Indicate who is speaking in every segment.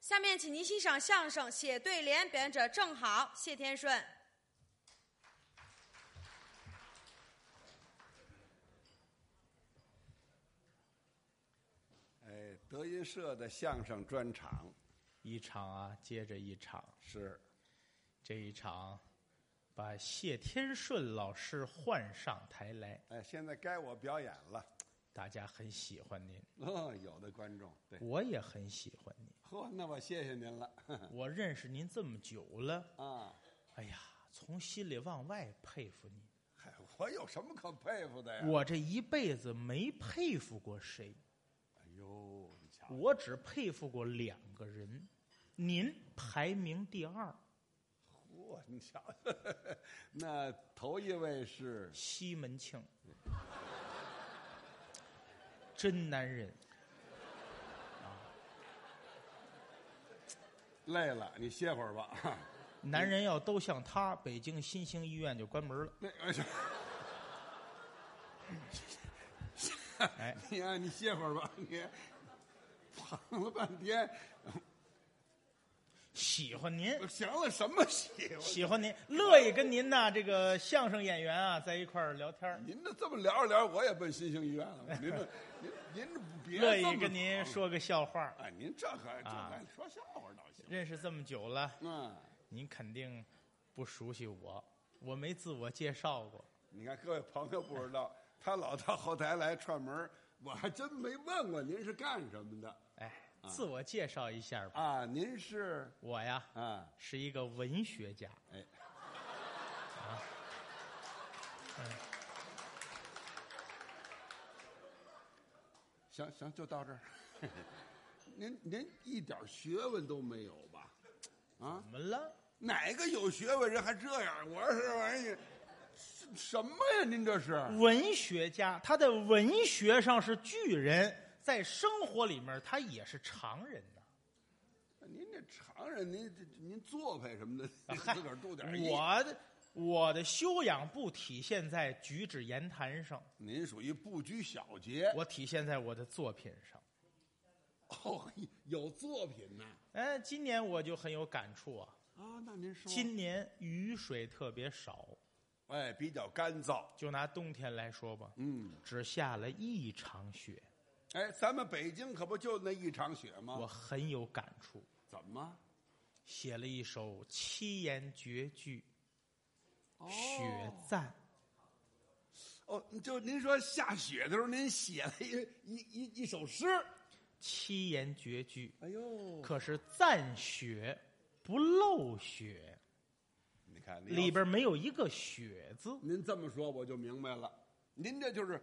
Speaker 1: 下面，请您欣赏相声《写对联》，表演者正好谢天顺。
Speaker 2: 哎，德云社的相声专场
Speaker 3: 一场啊接着一场，
Speaker 2: 是
Speaker 3: 这一场把谢天顺老师换上台来，
Speaker 2: 哎，现在该我表演了。
Speaker 3: 大家很喜欢您，
Speaker 2: 哦，有的观众对，
Speaker 3: 我也很喜欢您。
Speaker 2: 嚯，那我谢谢您了。呵呵
Speaker 3: 我认识您这么久了，
Speaker 2: 啊，
Speaker 3: 哎呀，从心里往外佩服您。
Speaker 2: 嗨，哎我有什么可佩服的呀？
Speaker 3: 我这一辈子没佩服过谁，
Speaker 2: 哎呦，你瞧，
Speaker 3: 我只佩服过两个人，您排名第二，
Speaker 2: 嚯，你瞧，呵呵那头一位是
Speaker 3: 西门庆，真男人。
Speaker 2: 累了，你歇会儿吧。 哈
Speaker 3: 男人要都像他，北京新兴医院就关门了。
Speaker 2: 那哎是
Speaker 3: 哎，
Speaker 2: 你啊，你歇会儿吧，你 捧了半天，
Speaker 3: 喜欢您，
Speaker 2: 行了，什么戏？
Speaker 3: 喜欢您，乐意跟您呐这个相声演员啊在一块儿聊天儿，
Speaker 2: 您这这么聊着聊着，我也奔新兴医院了。 您这，您您这别
Speaker 3: 乐
Speaker 2: 这
Speaker 3: 意
Speaker 2: 么
Speaker 3: 跟您
Speaker 2: 捧
Speaker 3: 说个笑话儿。
Speaker 2: 哎，您这可这
Speaker 3: 啊
Speaker 2: 还说笑话倒行。
Speaker 3: 认识这么久了，
Speaker 2: 嗯，
Speaker 3: 您肯定不熟悉我，我没自我介绍过。
Speaker 2: 你看各位朋友不知道，他老到后台来串门儿，我还真没问过您是干什么的
Speaker 3: 哎，自我介绍一下吧，
Speaker 2: 啊？您是
Speaker 3: 我呀
Speaker 2: 啊？
Speaker 3: 是一个文学家，
Speaker 2: 哎，行行，就到这儿。 您您一点学问都没有吧？
Speaker 3: 怎么了？
Speaker 2: 哪个有学问人还这样？我是玩意儿，什什么呀？您这是？
Speaker 3: 文学家，他在文学上是巨人，在生活里面他也是常人呐、
Speaker 2: 您这常人，您这您做派什 么的，您
Speaker 3: 嗨
Speaker 2: 自个儿注点意。
Speaker 3: 我的我的修养不体现在举止言谈 上，
Speaker 2: 您属于不拘小节，
Speaker 3: 我体现在我的作品上。
Speaker 2: 哦，有作品呐。
Speaker 3: 哎，今年我就很有感触啊。
Speaker 2: 啊，那您说
Speaker 3: 今年雨水特别少，
Speaker 2: 哎比较干燥，
Speaker 3: 就拿冬天来说吧，
Speaker 2: 嗯，
Speaker 3: 只下了一场雪，
Speaker 2: 哎，咱们北京可不就那一场雪吗？
Speaker 3: 我很有感触，
Speaker 2: 怎么？
Speaker 3: 写了一首七言绝句
Speaker 2: 哦
Speaker 3: 《雪赞
Speaker 2: 哦，就您说下雪的时候，您写了一一一一首诗。》，
Speaker 3: 七言绝句，
Speaker 2: 哎呦，
Speaker 3: 可是赞雪不漏雪，
Speaker 2: 你看李老
Speaker 3: 里边没有一个雪字。
Speaker 2: 您这么说我就明白了，您这就是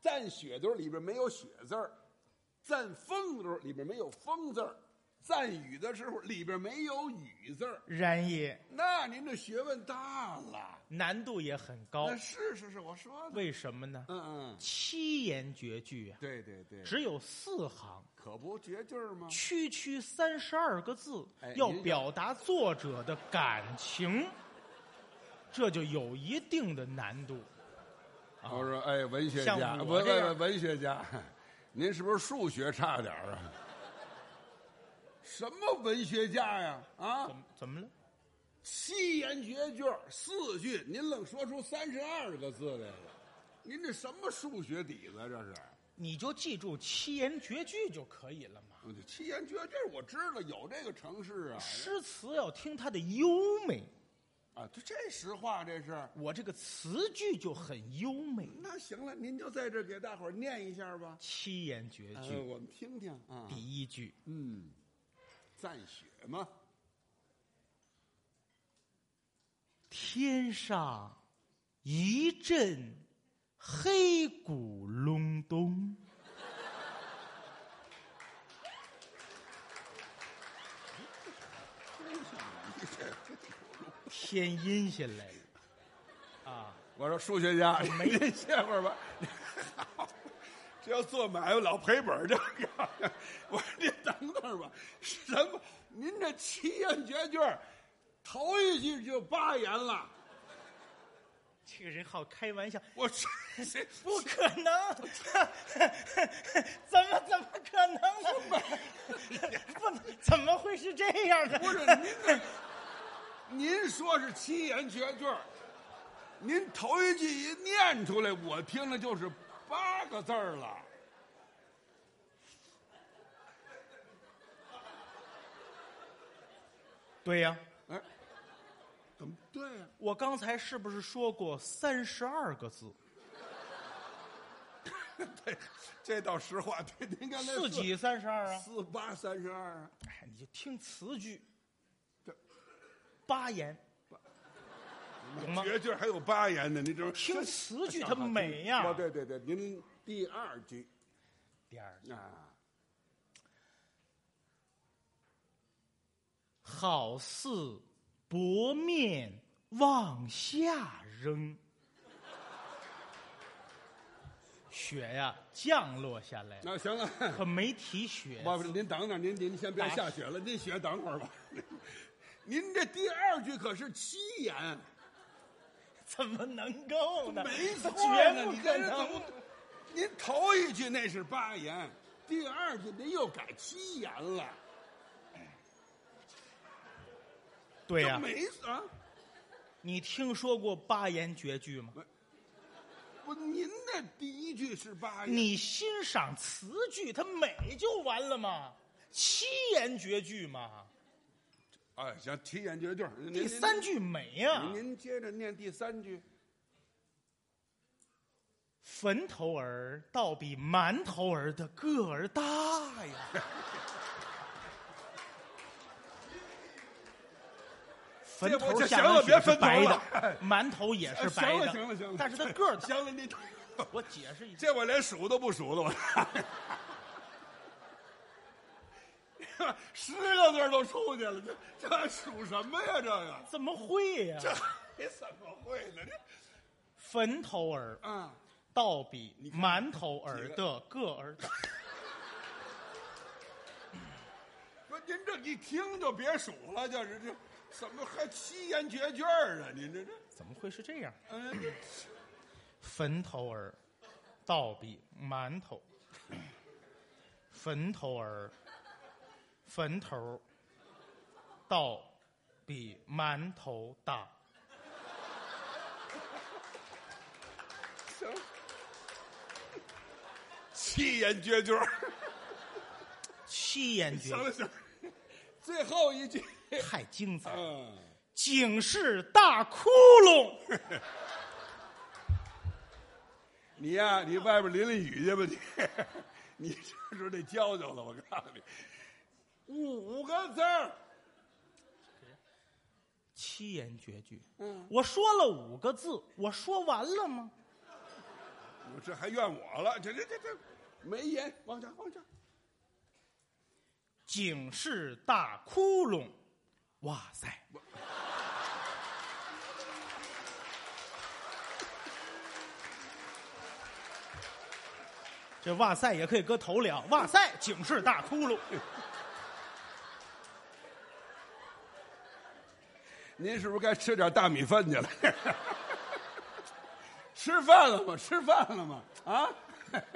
Speaker 2: 赞雪的时候里边没有雪字儿，赞风的时候里边没有风字儿，赞雨的时候里边没有雨字儿。
Speaker 3: 然也
Speaker 2: 那您这学问大了。
Speaker 3: 难度也很高
Speaker 2: 那，是是是，我说的。
Speaker 3: 为什么呢？
Speaker 2: 嗯嗯，
Speaker 3: 七言绝句啊，
Speaker 2: 对对对，
Speaker 3: 只有四行，
Speaker 2: 可不绝句儿吗？
Speaker 3: 区区三十二个字
Speaker 2: 哎，
Speaker 3: 要
Speaker 2: 您
Speaker 3: 表达作者的感情，这就有一定的难度。
Speaker 2: 我说，哎，文学
Speaker 3: 像
Speaker 2: 家，
Speaker 3: 我
Speaker 2: 文
Speaker 3: 这
Speaker 2: 文
Speaker 3: 样
Speaker 2: 文文学家， 您是不是数学差点儿啊？ 什么文学家呀？啊
Speaker 3: 怎，么怎么了？
Speaker 2: 七言绝句儿四句，您愣说出三十二个字来了，您这什么数学底子啊这是？
Speaker 3: 你就记住七言绝句就可以了嘛。
Speaker 2: 嗯七言绝句儿我知道有这个城市啊
Speaker 3: 诗词要听它的优美，
Speaker 2: 啊，这这实话这是。
Speaker 3: 我这个词句就很优美。
Speaker 2: 那行了，您就在这儿给大伙儿念一下吧。
Speaker 3: 七言绝
Speaker 2: 呃，
Speaker 3: 句
Speaker 2: 我们听听啊。
Speaker 3: 第一句。
Speaker 2: 嗯，赞雪嘛，
Speaker 3: 天上一阵黑咕隆咚，天阴下来了啊！
Speaker 2: 我说数学家，您歇会儿吧。 这要做买卖老赔本儿这个，我说您等等儿吧。什么？您这七言绝句儿，头一句就八言了。
Speaker 3: 这个人好开玩笑，
Speaker 2: 我这谁
Speaker 3: 不可 能，怎么怎么可能呢？不能，怎么会是这样呢？
Speaker 2: 不是您这，您说是七言绝句儿，您头一句一念出来，我听着就是八个字儿了。
Speaker 3: 对呀、
Speaker 2: 哎，怎么对啊呀、
Speaker 3: 我刚才是不是说过三十二个字？
Speaker 2: 对， 这倒实话。对，您刚才
Speaker 3: 四几三十二啊？
Speaker 2: 四八三十二啊，
Speaker 3: 哎，你就听词句，
Speaker 2: 这
Speaker 3: 八言，懂吗？啊
Speaker 2: 绝句儿还有八言呢，您这
Speaker 3: 听词句它美呀
Speaker 2: 哦，对对对，您第二句
Speaker 3: 第二，
Speaker 2: 啊，
Speaker 3: 好似薄面往下扔，雪呀、降落下来了，
Speaker 2: 那行 了。
Speaker 3: 可没提雪
Speaker 2: 我您等等，您您先别下雪 了，您雪等会儿吧。您这第二句可是七言，
Speaker 3: 怎么能够呢？
Speaker 2: 没错
Speaker 3: 绝
Speaker 2: 呢，
Speaker 3: 不
Speaker 2: 你
Speaker 3: 可
Speaker 2: 这人怎
Speaker 3: 能
Speaker 2: 么。？您头一句那是八言，第二句您又改七言了，
Speaker 3: 对呀、
Speaker 2: 这没啊？
Speaker 3: 你听说过八言绝句吗？
Speaker 2: 不，您那第一句是八言，
Speaker 3: 你欣赏词句，它美就完了吗？七言绝句嘛，
Speaker 2: 哎，行，七言绝句。您
Speaker 3: 第三句啊美呀、
Speaker 2: 您您接着念第三句，
Speaker 3: 坟头儿倒比馒头儿的个儿大 呀。坟头下
Speaker 2: 行了
Speaker 3: 面
Speaker 2: 别
Speaker 3: 雪是
Speaker 2: 分头
Speaker 3: 白的
Speaker 2: 了，
Speaker 3: 馒头也是白
Speaker 2: 行
Speaker 3: 的，
Speaker 2: 了行了行了，
Speaker 3: 但是它个儿大。
Speaker 2: 行了，你
Speaker 3: 我解释一下，
Speaker 2: 这我连数都不数了，我 十个字儿都出去了，这这还数什么呀？这个
Speaker 3: 怎么会呀、
Speaker 2: 这你怎么会呢？这
Speaker 3: 坟头儿
Speaker 2: 啊，
Speaker 3: 倒比
Speaker 2: 你看
Speaker 3: 馒头儿的个儿大。
Speaker 2: 不，您这一听就别数了，就是这怎么还七言绝句儿啊？您这这，
Speaker 3: 怎么会是这样？
Speaker 2: 嗯，这
Speaker 3: 坟头儿倒比馒头，坟头儿坟头儿倒比馒头大。
Speaker 2: 行，七言绝句儿，
Speaker 3: 七言绝
Speaker 2: 行了行了，最后一句，
Speaker 3: 太精彩了，
Speaker 2: 嗯，
Speaker 3: 警示大窟窿。
Speaker 2: 你呀、你外边淋淋雨去吧你，你这时候得教教了，我告诉你，五个字儿。
Speaker 3: 七言绝句，我说了五个字，我说完了吗？
Speaker 2: 我这还怨我了，这这这这没言，往下往下，
Speaker 3: 警示大窟窿，哇塞！这哇塞也可以搁头里啊！哇塞，警示大窟窿，
Speaker 2: 您是不是该吃点大米饭去了？ 吃饭了吗？吃饭了吗？啊？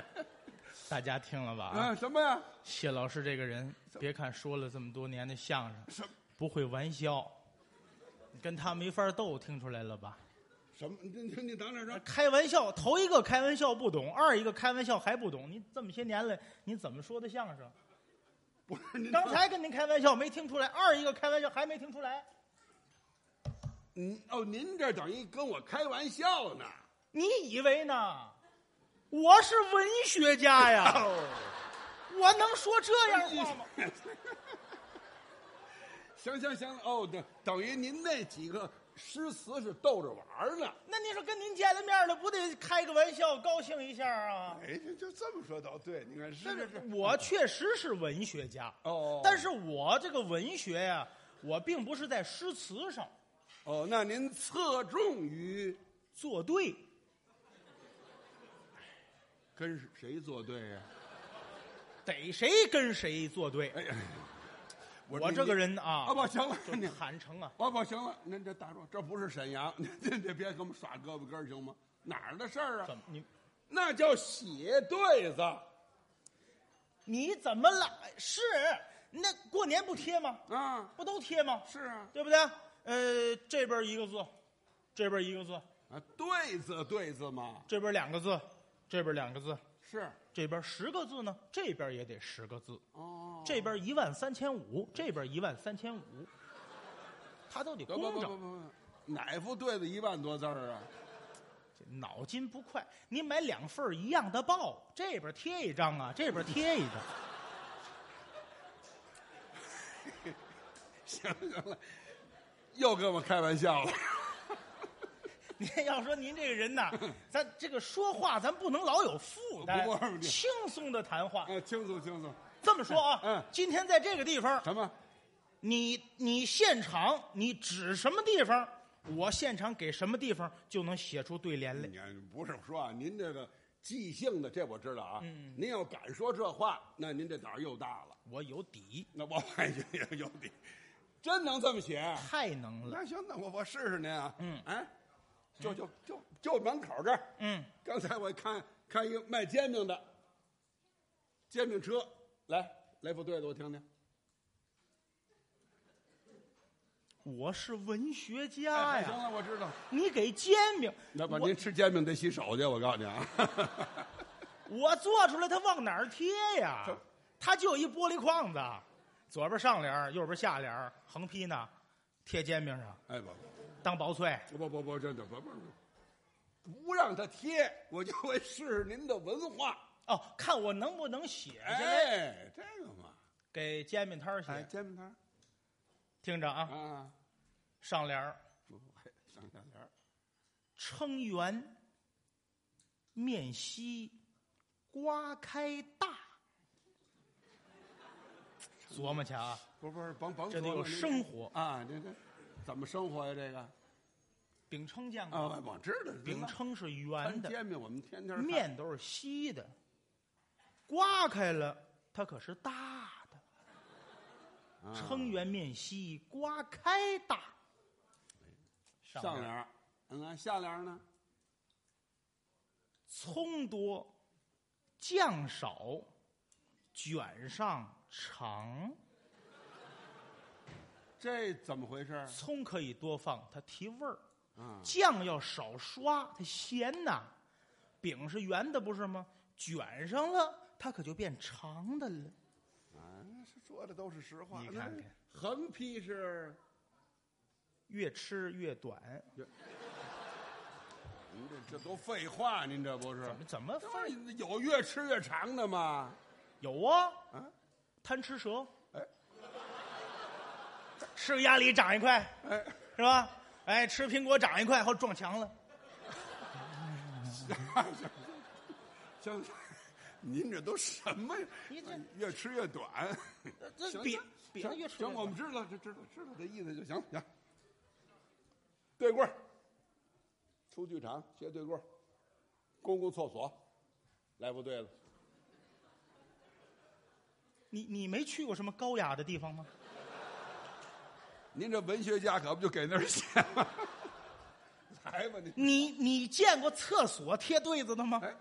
Speaker 3: 大家听了吧？啊，
Speaker 2: 啊？什么呀？
Speaker 3: 谢老师这个人，别看说了这么多年的相声，
Speaker 2: 什么
Speaker 3: 不会玩笑，你跟他没法斗，听出来了吧？
Speaker 2: 什么？你你你等等等，
Speaker 3: 开玩笑，头一个开玩笑不懂，二一个开玩笑还不懂，你这么些年来，你怎么说的相声？
Speaker 2: 不是您
Speaker 3: 刚才跟您开玩笑没听出来，二一个开玩笑还没听出来，
Speaker 2: 您哦，您这等于跟我开玩笑呢？
Speaker 3: 你以为呢？我是文学家 呀，我能说这 样话吗？
Speaker 2: 行行行，哦，等等于您那几个诗词是逗着玩儿呢。
Speaker 3: 那你说跟您见了面了，不得开个玩笑，高兴一下啊？
Speaker 2: 哎，就就这么说倒对，你看是
Speaker 3: 但是我确实是文学家，
Speaker 2: 哦
Speaker 3: 但是我这个文学呀、我并不是在诗词上
Speaker 2: 哦，那您侧重于
Speaker 3: 作对。
Speaker 2: 跟谁作对呀、
Speaker 3: 逮谁跟谁作对。
Speaker 2: 哎呀，
Speaker 3: 我这个人啊，
Speaker 2: 啊不行了，
Speaker 3: 就
Speaker 2: 你
Speaker 3: 坦诚啊，
Speaker 2: 啊不行了，您这大壮，这不是沈阳， 您您这别给我们耍胳膊根儿行吗？哪儿的事儿
Speaker 3: 怎
Speaker 2: 啊？
Speaker 3: 么你
Speaker 2: 那叫写对子。
Speaker 3: 你怎么来是？那过年不贴吗？
Speaker 2: 啊，
Speaker 3: 不都贴吗？
Speaker 2: 是啊，
Speaker 3: 对不对？呃，这边一个字，这边一个字，
Speaker 2: 啊，对子对子嘛，
Speaker 3: 这边两个字，这边两个字，
Speaker 2: 是
Speaker 3: 这边十个字呢，这边也得十个字。
Speaker 2: 哦，
Speaker 3: 这边一万三千五，这边一万三千五，他都得
Speaker 2: 不不
Speaker 3: 工
Speaker 2: 不不
Speaker 3: 整，
Speaker 2: 不，哪副对子一万多字儿啊？
Speaker 3: 这脑筋不快。你买两份儿一样的报，这边贴一张啊，这边贴一 张。
Speaker 2: 行了行了，又跟我开玩笑了。
Speaker 3: 您要说您这个人呐，咱这个说话咱不能老有负担
Speaker 2: 不不，不
Speaker 3: 轻松的谈话。
Speaker 2: 哎，轻松轻松，
Speaker 3: 这么说啊，
Speaker 2: 嗯
Speaker 3: 今天在这个地方，
Speaker 2: 什么？
Speaker 3: 你你现场你指什么地方，我现场给什么地方就能写出对联来。
Speaker 2: 你看不是说啊，您这个即兴的，这我知道啊。您要敢说这话，那您这胆儿又大了。
Speaker 3: 我有底，
Speaker 2: 那我感觉也有底，真能这么写？
Speaker 3: 太能了。
Speaker 2: 那行，那我我试试您啊。
Speaker 3: 嗯
Speaker 2: 哎，就就就就门口这儿。
Speaker 3: 嗯，
Speaker 2: 刚才我看看一个卖煎饼的，煎饼车，来来副对子，我听听。
Speaker 3: 我是文学家
Speaker 2: 哎行
Speaker 3: 呀。
Speaker 2: 了，我知道。
Speaker 3: 你给煎饼，
Speaker 2: 那不，
Speaker 3: 哎我
Speaker 2: 您吃煎饼得洗手去，我告诉你啊。
Speaker 3: 我做出来，它往哪儿贴呀
Speaker 2: 这？
Speaker 3: 它就一玻璃框子，左边上联儿，右边下联儿，横批呢，贴煎饼上
Speaker 2: 哎不
Speaker 3: 当薄脆。
Speaker 2: 不不不不，这这不不不，不让他贴，我就会试试您的文化。
Speaker 3: 哦，看我能不能写下来，
Speaker 2: 哎，这个嘛，
Speaker 3: 给煎饼摊儿
Speaker 2: 哎，
Speaker 3: 写。
Speaker 2: 煎饼摊
Speaker 3: 听着啊，
Speaker 2: 啊，
Speaker 3: 上联儿
Speaker 2: 不哎上下联儿
Speaker 3: 撑圆，面稀，瓜开大。琢磨去啊，
Speaker 2: 不不是甭甭琢磨，
Speaker 3: 这得有
Speaker 2: 您
Speaker 3: 生活
Speaker 2: 啊，这这怎么生活呀？这个
Speaker 3: 饼撑见过，
Speaker 2: 啊，我知道
Speaker 3: 饼
Speaker 2: 撑
Speaker 3: 撑是圆的，
Speaker 2: 煎饼，我们天天看
Speaker 3: 面都是稀的，刮开了它可是大的，
Speaker 2: 啊
Speaker 3: 撑圆面稀，刮开大。上
Speaker 2: 上
Speaker 3: 联
Speaker 2: 联
Speaker 3: 儿
Speaker 2: 儿，嗯，下联儿呢？
Speaker 3: 葱多，酱少，卷上长。
Speaker 2: 这怎么回事儿？
Speaker 3: 葱可以多放，它提味儿；
Speaker 2: 啊，
Speaker 3: 酱要少刷，它咸呐。饼是圆的，不是吗？卷上了，它可就变长的了。
Speaker 2: 啊，说的都是实话。嗯
Speaker 3: 你看看，
Speaker 2: 横批是，
Speaker 3: 越吃越短，
Speaker 2: 您嗯这这都废话，您这不是
Speaker 3: 怎？么怎么
Speaker 2: 当然有越吃越长的嘛。
Speaker 3: 有啊？
Speaker 2: 啊，
Speaker 3: 贪吃蛇，
Speaker 2: 哎
Speaker 3: 吃个鸭梨长一块，
Speaker 2: 哎，
Speaker 3: 是吧？哎，吃苹果长一块，后撞墙了。
Speaker 2: 行， 您这都什么呀？
Speaker 3: 你这呃
Speaker 2: 越吃越短。
Speaker 3: 这
Speaker 2: 行
Speaker 3: 比
Speaker 2: 行
Speaker 3: 比
Speaker 2: 行
Speaker 3: 那越吃越
Speaker 2: 行，我
Speaker 3: 短
Speaker 2: 们知道，这知道知道这意思就行。行，对棍儿，出剧场学对棍儿，公共厕所，来不对了。
Speaker 3: 你你没去过什么高雅的地方吗？
Speaker 2: 您这文学家可不就给那儿写吗？ 来吧，你
Speaker 3: 你你见过厕所贴对子的吗？
Speaker 2: 哎，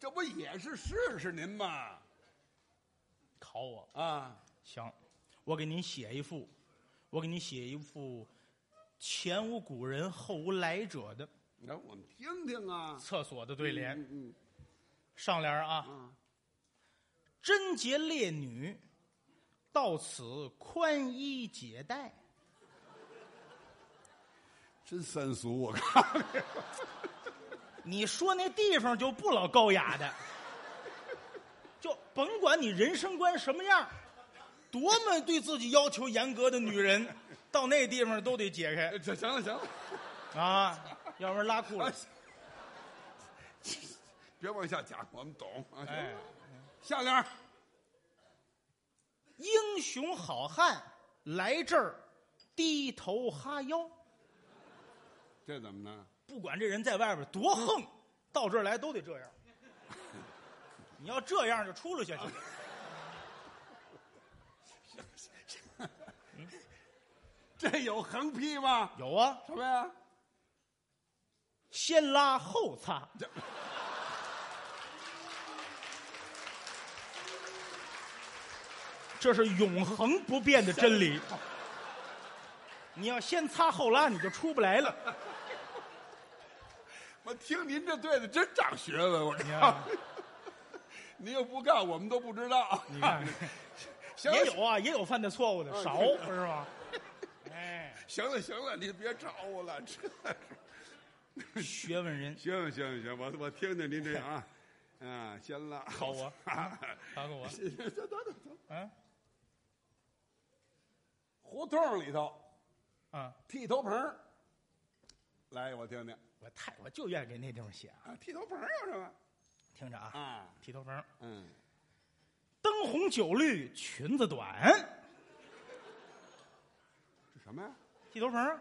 Speaker 2: 这不也是试试您吗？
Speaker 3: 考我
Speaker 2: 啊，
Speaker 3: 行，我给您写一副，我给您写一副前无古人后无来者的
Speaker 2: 你看我们听听啊。
Speaker 3: 厕所的对联。
Speaker 2: 嗯
Speaker 3: 上联儿啊，
Speaker 2: 嗯
Speaker 3: 贞洁烈女，到此宽衣解带。
Speaker 2: 真三俗，我看
Speaker 3: 你说那地方就不老高雅的，就甭管你人生观什么样，多么对自己要求严格的女人，到那地方都得解开
Speaker 2: 这行了行了，
Speaker 3: 啊，要不然拉裤
Speaker 2: 哎
Speaker 3: 子。
Speaker 2: 别往下讲，我们懂。啊
Speaker 3: 哎，
Speaker 2: 下联儿
Speaker 3: 英雄好汉来这儿，低头哈腰。
Speaker 2: 这怎么呢？
Speaker 3: 不管这人在外边多横，到这儿来都得这样。 你要这样就出了去。
Speaker 2: 这有横批吗？
Speaker 3: 有啊，
Speaker 2: 什么呀？
Speaker 3: 先拉后擦。 这是永恒不变的真理。 你要先擦后拉，你就出不来了。
Speaker 2: 我听您这对子真长学问，我
Speaker 3: 你
Speaker 2: 告
Speaker 3: 看
Speaker 2: 诉你，您又不干，我们都不知道。
Speaker 3: 你看，
Speaker 2: 行
Speaker 3: 也
Speaker 2: 了
Speaker 3: 有啊，也有犯的错误的，少
Speaker 2: 是
Speaker 3: 是吧？哎，
Speaker 2: 行了行了，你别找我了，这
Speaker 3: 学问人，
Speaker 2: 行行行，我我听听您这样啊，啊，先拉，
Speaker 3: 考我，
Speaker 2: 啊，
Speaker 3: 考考我，
Speaker 2: 行行行等等等
Speaker 3: 嗯
Speaker 2: 胡同里头
Speaker 3: 啊，
Speaker 2: 剃头棚儿，来，我听听
Speaker 3: 我太我就愿意给那地方写啊，
Speaker 2: 啊，剃头棚儿有什么
Speaker 3: 听着啊，
Speaker 2: 啊？
Speaker 3: 剃头棚，
Speaker 2: 嗯，
Speaker 3: 灯红酒绿，裙子短，
Speaker 2: 这什么呀？
Speaker 3: 剃头棚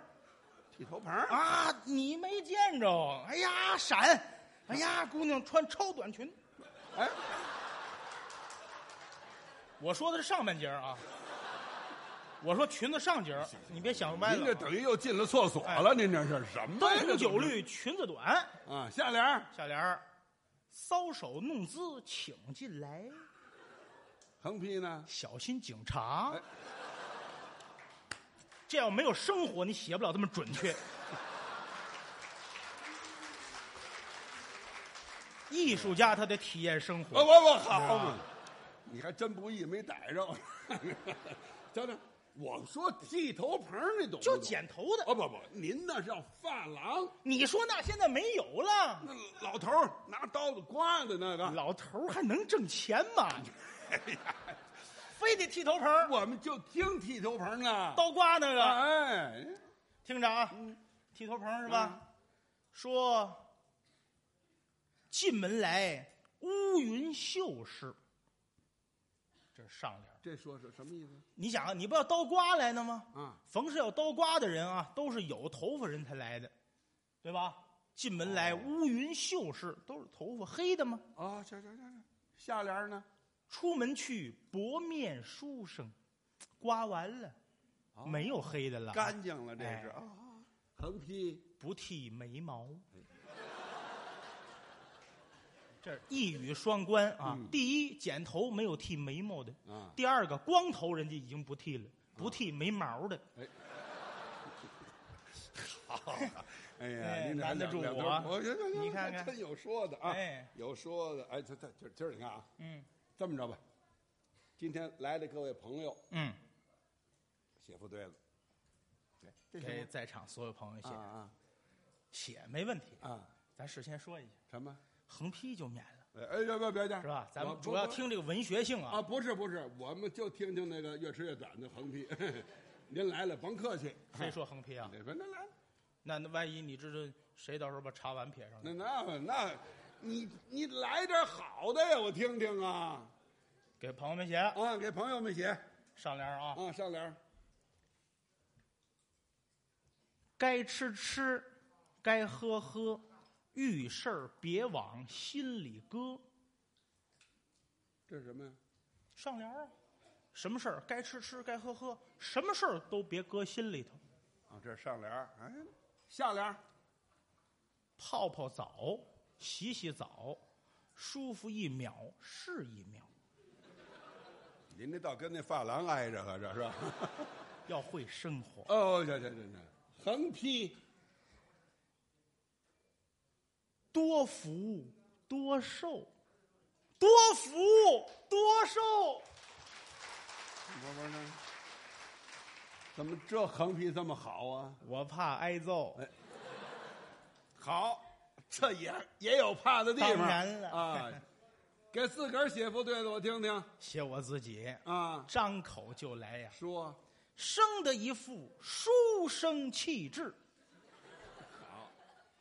Speaker 2: 剃头棚儿
Speaker 3: 啊，你没见着？哎呀，闪！哎呀，姑娘穿超短裙，
Speaker 2: 哎，
Speaker 3: 我说的是上半截儿啊，我说裙子上截儿，你别想歪
Speaker 2: 您
Speaker 3: 了
Speaker 2: 这
Speaker 3: 啊。
Speaker 2: 等于又进了厕所了，您这哎是什么呀？
Speaker 3: 灯
Speaker 2: 这
Speaker 3: 红酒绿，裙子短，
Speaker 2: 啊，下联儿
Speaker 3: 下联儿，搔首弄姿，请进来，
Speaker 2: 横批呢？
Speaker 3: 小心警察
Speaker 2: 哎。
Speaker 3: 这要没有生活，你写不了这么准确。艺术家他得体验生
Speaker 2: 哦我
Speaker 3: 活，
Speaker 2: 我我好嘛，哎你还真不易，没逮着。 等等，我说剃头棚儿，你懂不
Speaker 3: 就
Speaker 2: 懂？
Speaker 3: 剪头的。
Speaker 2: 哦不不，您那叫发廊，
Speaker 3: 你说那现在没有了，
Speaker 2: 那老头儿拿刀子刮的那个。
Speaker 3: 老头儿还能挣钱吗？
Speaker 2: 哎呀，
Speaker 3: 非得剃头盆儿、啊
Speaker 2: 我们就听剃头棚呢。
Speaker 3: 刀刮那个，
Speaker 2: 哎，
Speaker 3: 听着啊，剃头盆儿是吧？说进门来乌云秀士，这是上联儿。
Speaker 2: 这说是什么意思
Speaker 3: 你想啊，你不要刀刮来的吗？
Speaker 2: 啊？
Speaker 3: 逢是要刀刮的人啊，都是有头发人才来的，对吧？进门来
Speaker 2: 哦
Speaker 3: 乌云秀士，都是头发黑的吗？
Speaker 2: 啊，这这这这，下联儿呢？
Speaker 3: 出门去薄面书生，刮完了，
Speaker 2: 哦
Speaker 3: 没有黑的了，
Speaker 2: 干净了，这
Speaker 3: 哎
Speaker 2: 是啊。横批
Speaker 3: 不剃眉毛。这儿一语双关啊！
Speaker 2: 嗯
Speaker 3: 第一，剪头没有剃眉毛的；
Speaker 2: 啊，
Speaker 3: 第二个，光头人家已经不剃了，不剃眉毛的。
Speaker 2: 好。哎
Speaker 3: 哎
Speaker 2: 呀，您
Speaker 3: 拦得住我
Speaker 2: 我觉得
Speaker 3: 你看看
Speaker 2: 真有说的啊，
Speaker 3: 哎
Speaker 2: 有说的。哎，这这今儿今儿你看啊，
Speaker 3: 嗯
Speaker 2: 这么着吧，今天来的各位朋友
Speaker 3: 嗯，
Speaker 2: 写副对子，这这行
Speaker 3: 给
Speaker 2: 吗
Speaker 3: 在场所有朋友写、
Speaker 2: 啊
Speaker 3: 写没问题
Speaker 2: 啊，啊，
Speaker 3: 咱事先说一下，
Speaker 2: 什么？
Speaker 3: 横批就免了，
Speaker 2: 哎，要不要别介，
Speaker 3: 是吧？咱
Speaker 2: 我
Speaker 3: 们主
Speaker 2: 不
Speaker 3: 要
Speaker 2: 不
Speaker 3: 听这个文学性
Speaker 2: 啊，
Speaker 3: 啊。
Speaker 2: 不是不是，我们就听听那个越吃越短的横批。 您来了，甭客气，
Speaker 3: 非说横批啊，
Speaker 2: 那那来，
Speaker 3: 那那万一你这这谁到时候把茶碗撇上了
Speaker 2: 那？那那，你你来点好的呀，我听听啊
Speaker 3: 给朋友们写
Speaker 2: 啊，给朋友们写
Speaker 3: 上联啊，
Speaker 2: 啊，上联儿
Speaker 3: 该吃吃，该喝喝，遇事儿别往心里搁。
Speaker 2: 这是什么呀？
Speaker 3: 上联啊，什么事儿该吃吃，该喝喝，什么事儿都别搁心里头。
Speaker 2: 啊，这是上联儿哎，下联儿
Speaker 3: 泡泡澡，洗洗澡，舒服一秒是一秒，
Speaker 2: 您这倒跟那发廊挨着了，这是吧？
Speaker 3: 要会生活。
Speaker 2: 哦，行行行行，横批
Speaker 3: 多福多寿，多福多寿。
Speaker 2: 我我那怎么这横批这么好啊？
Speaker 3: 我怕挨揍，
Speaker 2: 哎好，这也也有怕的地方，
Speaker 3: 当然了
Speaker 2: 啊。给自个儿写副对子，我听听
Speaker 3: 写我自己，
Speaker 2: 啊。
Speaker 3: 张口就来呀、
Speaker 2: 说
Speaker 3: 生的一副书生气质，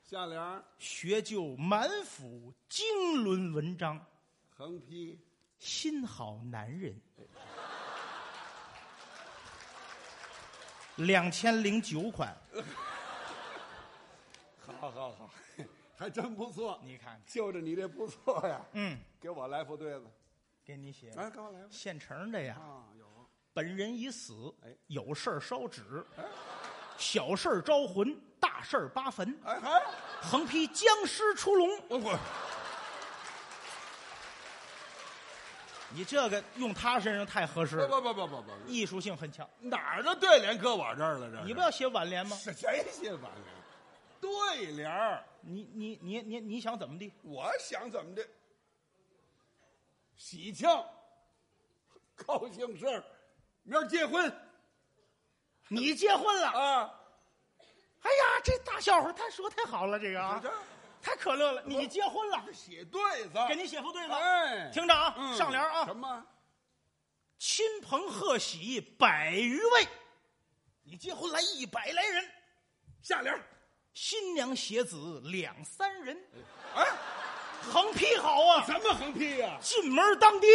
Speaker 2: 下联儿
Speaker 3: 学就满腹经纶文章，
Speaker 2: 横批，
Speaker 3: 心好男人。两千零九款，
Speaker 2: 好好好， 还真不错。
Speaker 3: 你看看，
Speaker 2: 就着你这不错呀，
Speaker 3: 嗯，
Speaker 2: 给我来副对子。
Speaker 3: 给你写
Speaker 2: 哎，给我来吧。
Speaker 3: 现成的呀。
Speaker 2: 啊，有。
Speaker 3: 本人已死
Speaker 2: 哎，啊
Speaker 3: 有事儿烧纸，小事儿招魂，大事儿扒坟。
Speaker 2: 哎，还
Speaker 3: 横批：僵尸出笼。
Speaker 2: 我我
Speaker 3: 你这个用他身上太合适
Speaker 2: 不不
Speaker 3: 了，
Speaker 2: 不不不不，
Speaker 3: 艺术性很强。
Speaker 2: 哪儿的对联搁我这儿了？这是
Speaker 3: 你不要写挽联吗？
Speaker 2: 这谁写反联？对联儿，
Speaker 3: 你你你你你想怎么地？
Speaker 2: 我想怎么的，喜庆，高兴事儿，明儿结婚
Speaker 3: 你结婚了？
Speaker 2: 啊！
Speaker 3: 哎呀，这大笑话太说太好了，这个啊
Speaker 2: 这，
Speaker 3: 太可乐了。你结婚了，
Speaker 2: 写对子，
Speaker 3: 给您写副对子，
Speaker 2: 哎，
Speaker 3: 听着啊，
Speaker 2: 嗯
Speaker 3: 上联啊
Speaker 2: 什，么？
Speaker 3: 亲朋贺喜百余位，你结婚来一百来人，
Speaker 2: 下联儿？
Speaker 3: 新娘携子两三人，
Speaker 2: 哎，
Speaker 3: 横批好啊，
Speaker 2: 什么横批呀、
Speaker 3: 进门当爹。